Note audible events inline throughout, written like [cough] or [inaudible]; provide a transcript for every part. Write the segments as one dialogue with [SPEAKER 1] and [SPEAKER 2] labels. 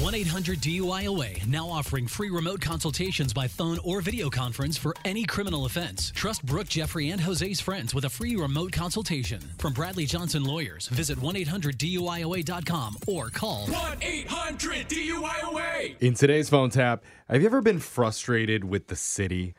[SPEAKER 1] 1 800 DUIOA now offering free remote consultations by phone or video conference for any criminal offense. Trust Brooke, Jeffrey, and Jose's friends with a free remote consultation. From Bradley Johnson Lawyers, visit 1 800 DUIOA.com or call
[SPEAKER 2] 1 800 DUIOA.
[SPEAKER 3] In today's phone tap, have you ever been frustrated with the city?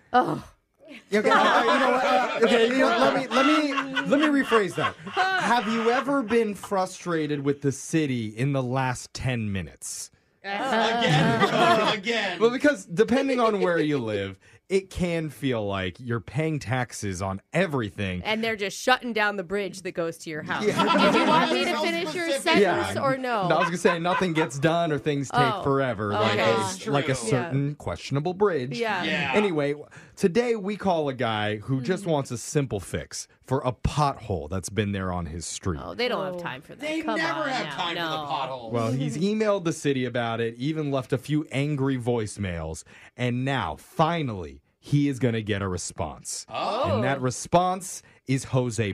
[SPEAKER 4] Okay, all right, you know what, uh, okay, you know, let me let me let me rephrase that.
[SPEAKER 3] Have you ever been frustrated with the city in the last 10 minutes?
[SPEAKER 5] Again. [laughs]
[SPEAKER 3] Well, because depending on where you live, it can feel like you're paying taxes on everything.
[SPEAKER 6] And they're just shutting down the bridge that goes to your house. Do you want me
[SPEAKER 5] [laughs]
[SPEAKER 6] to
[SPEAKER 5] So
[SPEAKER 6] finish your
[SPEAKER 5] specific.
[SPEAKER 6] sentence or
[SPEAKER 3] I was gonna say nothing gets done or things take
[SPEAKER 6] Oh.
[SPEAKER 3] forever, like
[SPEAKER 6] That's
[SPEAKER 3] a, like a
[SPEAKER 5] true.
[SPEAKER 3] certain questionable bridge.
[SPEAKER 6] Yeah. Mm-hmm.
[SPEAKER 5] Yeah.
[SPEAKER 3] Anyway, today we call a guy who just wants a simple fix for a pothole that's been there on his street.
[SPEAKER 6] Oh, they don't have time for that.
[SPEAKER 5] They
[SPEAKER 6] Come
[SPEAKER 5] never
[SPEAKER 6] on [laughs]
[SPEAKER 5] have
[SPEAKER 6] now.
[SPEAKER 5] time for the
[SPEAKER 6] No.
[SPEAKER 5] potholes.
[SPEAKER 3] Well, he's emailed the city about it, even left a few angry voicemails, and now finally he is going to get a response. Oh. And that response is Jose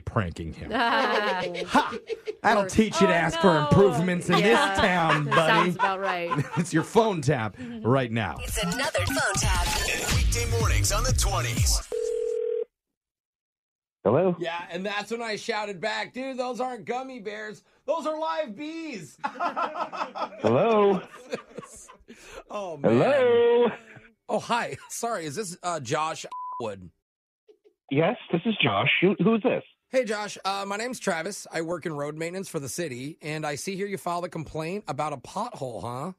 [SPEAKER 6] [laughs]
[SPEAKER 3] pranking him.
[SPEAKER 6] Ah,
[SPEAKER 3] ha! That'll teach you to ask for
[SPEAKER 6] Oh, no.
[SPEAKER 3] improvements in
[SPEAKER 6] [laughs]
[SPEAKER 3] this town, buddy.
[SPEAKER 6] sounds about right.
[SPEAKER 3] [laughs] it's your phone tap right now.
[SPEAKER 7] It's another phone tap.
[SPEAKER 8] Weekday mornings on the 20s.
[SPEAKER 9] Hello?
[SPEAKER 2] Yeah, and that's when I shouted back, dude, those aren't gummy bears. Those are live
[SPEAKER 5] [laughs]
[SPEAKER 2] bees.
[SPEAKER 9] Hello?
[SPEAKER 2] Oh, man.
[SPEAKER 9] Hello?
[SPEAKER 2] Oh, hi. [laughs] Sorry, is this uh, Josh Wood?
[SPEAKER 9] Yes, this is Josh. Who, who's this?
[SPEAKER 2] Hey, Josh. Uh, my name's Travis. I work in road maintenance for the city, and I see here you filed a complaint about a pothole, huh?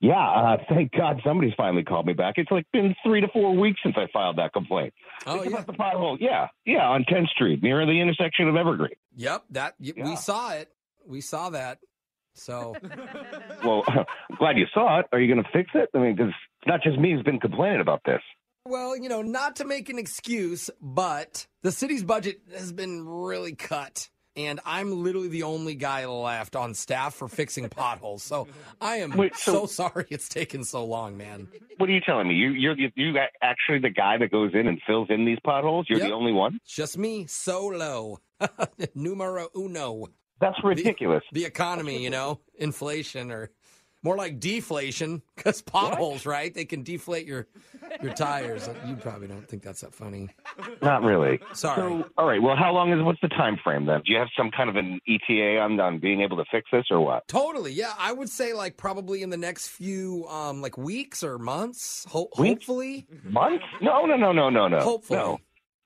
[SPEAKER 9] Yeah, uh, thank God somebody's finally called me back. It's like been three to four weeks since I filed that complaint.
[SPEAKER 2] Oh,
[SPEAKER 5] [laughs]
[SPEAKER 2] yeah.
[SPEAKER 9] About the pothole. Yeah, yeah, on 10th Street, near the intersection of Evergreen.
[SPEAKER 2] Yep, that y-
[SPEAKER 9] Yeah.
[SPEAKER 2] we saw it. We saw that. So
[SPEAKER 9] Well, [laughs] I'm glad you saw it. Are you going to fix it? I mean, 'cause it's not just me who's been complaining about this.
[SPEAKER 2] Well, you know, not to make an excuse, but the city's budget has been really cut. And I'm literally the only guy left on staff for fixing potholes. So I am
[SPEAKER 9] Wait,
[SPEAKER 2] so,
[SPEAKER 9] so-
[SPEAKER 2] sorry it's taken so long, man.
[SPEAKER 9] What are you telling me? You, you're you, you a- actually the guy that goes in and fills in these potholes? You're
[SPEAKER 2] Yep.
[SPEAKER 9] the only one?
[SPEAKER 2] It's just me solo. [laughs] Numero uno.
[SPEAKER 9] That's ridiculous.
[SPEAKER 2] The economy, you know, inflation or more like deflation because potholes, right? They can deflate your your tires. You probably don't think that's that funny.
[SPEAKER 9] Not really.
[SPEAKER 2] Sorry.
[SPEAKER 9] So, all right. Well, how long is what's the time frame then? Do you have some kind of an ETA on, on being able to fix this or what?
[SPEAKER 2] Totally. Yeah, I would say like probably in the next few um like weeks or months, ho-
[SPEAKER 9] Weeks?
[SPEAKER 2] hopefully.
[SPEAKER 9] Months? No, no, no, no, no, no.
[SPEAKER 2] Hopefully.
[SPEAKER 9] No.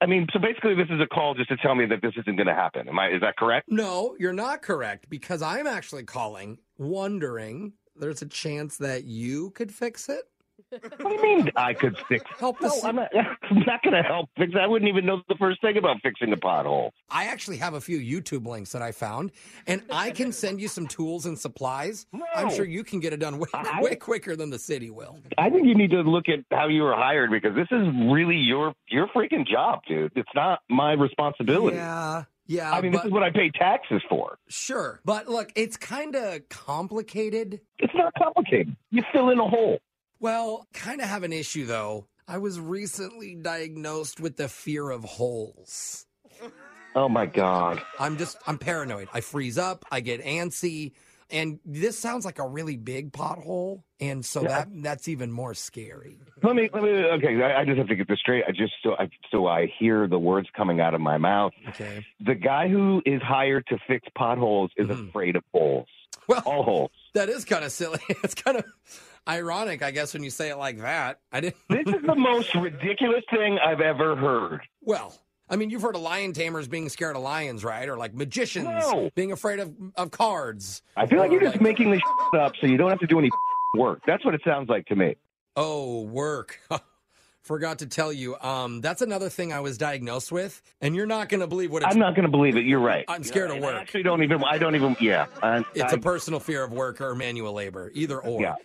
[SPEAKER 9] I mean, so basically, this is a call just to tell me that this isn't going to happen. Am I? Is that correct?
[SPEAKER 2] No, you're not correct because I'm actually calling wondering there's a chance that you could fix it.
[SPEAKER 9] What do you mean I could fix?
[SPEAKER 2] Help
[SPEAKER 9] No,
[SPEAKER 2] us.
[SPEAKER 9] I'm not. [laughs] I'm not going to help fix. it. I wouldn't even know the first thing about fixing a pothole.
[SPEAKER 2] I actually have a few YouTube links that I found and I can send you some tools and supplies. I'm
[SPEAKER 9] No.
[SPEAKER 2] sure you can get it done way,
[SPEAKER 9] I-
[SPEAKER 2] way quicker than the city will.
[SPEAKER 9] I think you need to look at how you were hired because this is really your your freaking job, dude. It's not my responsibility.
[SPEAKER 2] Yeah. Yeah,
[SPEAKER 9] I mean,
[SPEAKER 2] but-
[SPEAKER 9] this is what I pay taxes for.
[SPEAKER 2] Sure. But look, it's kind of complicated.
[SPEAKER 9] It's not complicated. You fill in a hole.
[SPEAKER 2] Well, kind of have an issue though. I was recently diagnosed with the fear of holes.
[SPEAKER 9] Oh my god.
[SPEAKER 2] I'm just, I'm paranoid. I freeze up, I get antsy. And this sounds like a really big pothole. And so that that's even more scary.
[SPEAKER 9] Let me, let me. Okay, I, I just have to get this straight. I just so I so I hear the words coming out of my mouth.
[SPEAKER 2] Okay.
[SPEAKER 9] The guy who is hired to fix potholes is
[SPEAKER 2] Mm-hmm.
[SPEAKER 9] afraid of holes.
[SPEAKER 2] Well-
[SPEAKER 9] all holes.
[SPEAKER 2] That is kind of silly. [laughs] It's kind of ironic, I guess, when you say it like that. I didn't.
[SPEAKER 9] This is the most ridiculous thing I've ever heard.
[SPEAKER 2] Well, I mean, you've heard of lion tamers being scared of lions, right? Or like magicians
[SPEAKER 9] No.
[SPEAKER 2] being afraid of, of cards.
[SPEAKER 9] I feel like
[SPEAKER 2] Or,
[SPEAKER 9] you're just making this up so you don't have to do any [laughs] work. That's what it sounds like to me.
[SPEAKER 2] Oh, work. [laughs] Forgot to tell you. Um, that's another thing I was diagnosed with, and you're not going to believe what it's.
[SPEAKER 9] I'm not going to believe it. You're right.
[SPEAKER 2] I'm scared of
[SPEAKER 9] I
[SPEAKER 2] work.
[SPEAKER 9] actually don't even. I don't even. Yeah. I,
[SPEAKER 2] It's
[SPEAKER 9] I-
[SPEAKER 2] a personal fear of work or manual labor, either or.
[SPEAKER 9] Yeah.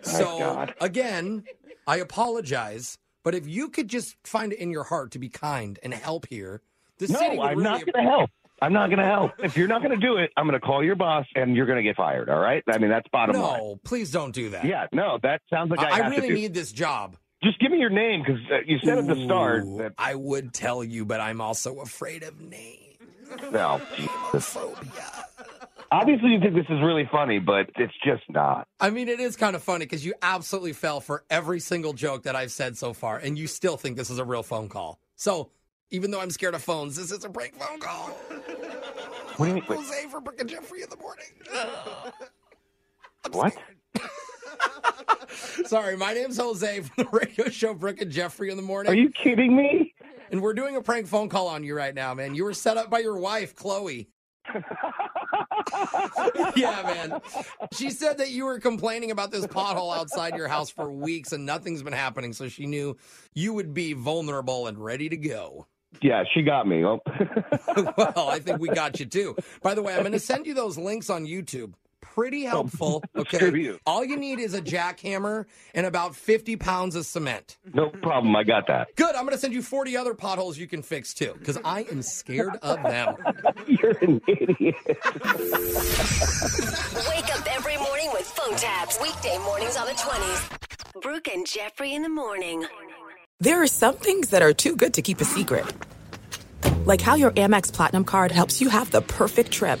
[SPEAKER 2] So
[SPEAKER 9] God.
[SPEAKER 2] again, I apologize, but if you could just find it in your heart to be kind and help here, the
[SPEAKER 9] no,
[SPEAKER 2] city would
[SPEAKER 9] I'm
[SPEAKER 2] really
[SPEAKER 9] not going to help. I'm not going to help. If you're not going to do it, I'm going to call your boss and you're going to get fired. All right. I mean, that's bottom
[SPEAKER 2] No,
[SPEAKER 9] line.
[SPEAKER 2] please don't do that.
[SPEAKER 9] Yeah. No, that sounds like I,
[SPEAKER 2] I, I
[SPEAKER 9] have
[SPEAKER 2] really
[SPEAKER 9] to do.
[SPEAKER 2] need this job.
[SPEAKER 9] Just give me your name because uh, you said at the start
[SPEAKER 2] Ooh,
[SPEAKER 9] that.
[SPEAKER 2] I would tell you, but I'm also afraid of names.
[SPEAKER 9] No. Jesus.
[SPEAKER 2] Phobia.
[SPEAKER 9] Obviously, you think this is really funny, but it's just not.
[SPEAKER 2] I mean, it is kind of funny because you absolutely fell for every single joke that I've said so far, and you still think this is a real phone call. So, even though I'm scared of phones, this is a prank phone call.
[SPEAKER 9] What do you mean? Wait,
[SPEAKER 2] Jose for Brooke and Jeffrey in the morning. [laughs]
[SPEAKER 9] what?
[SPEAKER 2] Sorry, my name's Jose from the [laughs] radio show Brooke and Jeffrey in the morning,
[SPEAKER 9] Are you kidding me?
[SPEAKER 2] and we're doing a prank phone call on you right now, man. You were set up by your wife,
[SPEAKER 9] [laughs]
[SPEAKER 2] Chloe. yeah, man. She said that you were complaining about this pothole outside your house for weeks and nothing's been happening, so she knew you would be vulnerable and ready to go. [laughs]
[SPEAKER 9] Yeah, she got me. Oh. [laughs]
[SPEAKER 2] well, I think we got you too. By the way, I'm going to send you those links on YouTube. Pretty helpful.
[SPEAKER 9] Oh, [laughs] sure
[SPEAKER 2] Okay.
[SPEAKER 9] you.
[SPEAKER 2] All you need is a jackhammer and about 50 pounds of cement.
[SPEAKER 9] no problem. I got that. [laughs]
[SPEAKER 2] Good. I'm going to send you 40 other potholes you can fix too, because I am scared of them.
[SPEAKER 9] You're an idiot.
[SPEAKER 5] Wake up every morning with phone taps. Weekday mornings on the 20s. Brooke and Jeffrey in the morning.
[SPEAKER 7] There are some things that are too good to keep a secret. Like how your Amex Platinum card helps you have the perfect trip.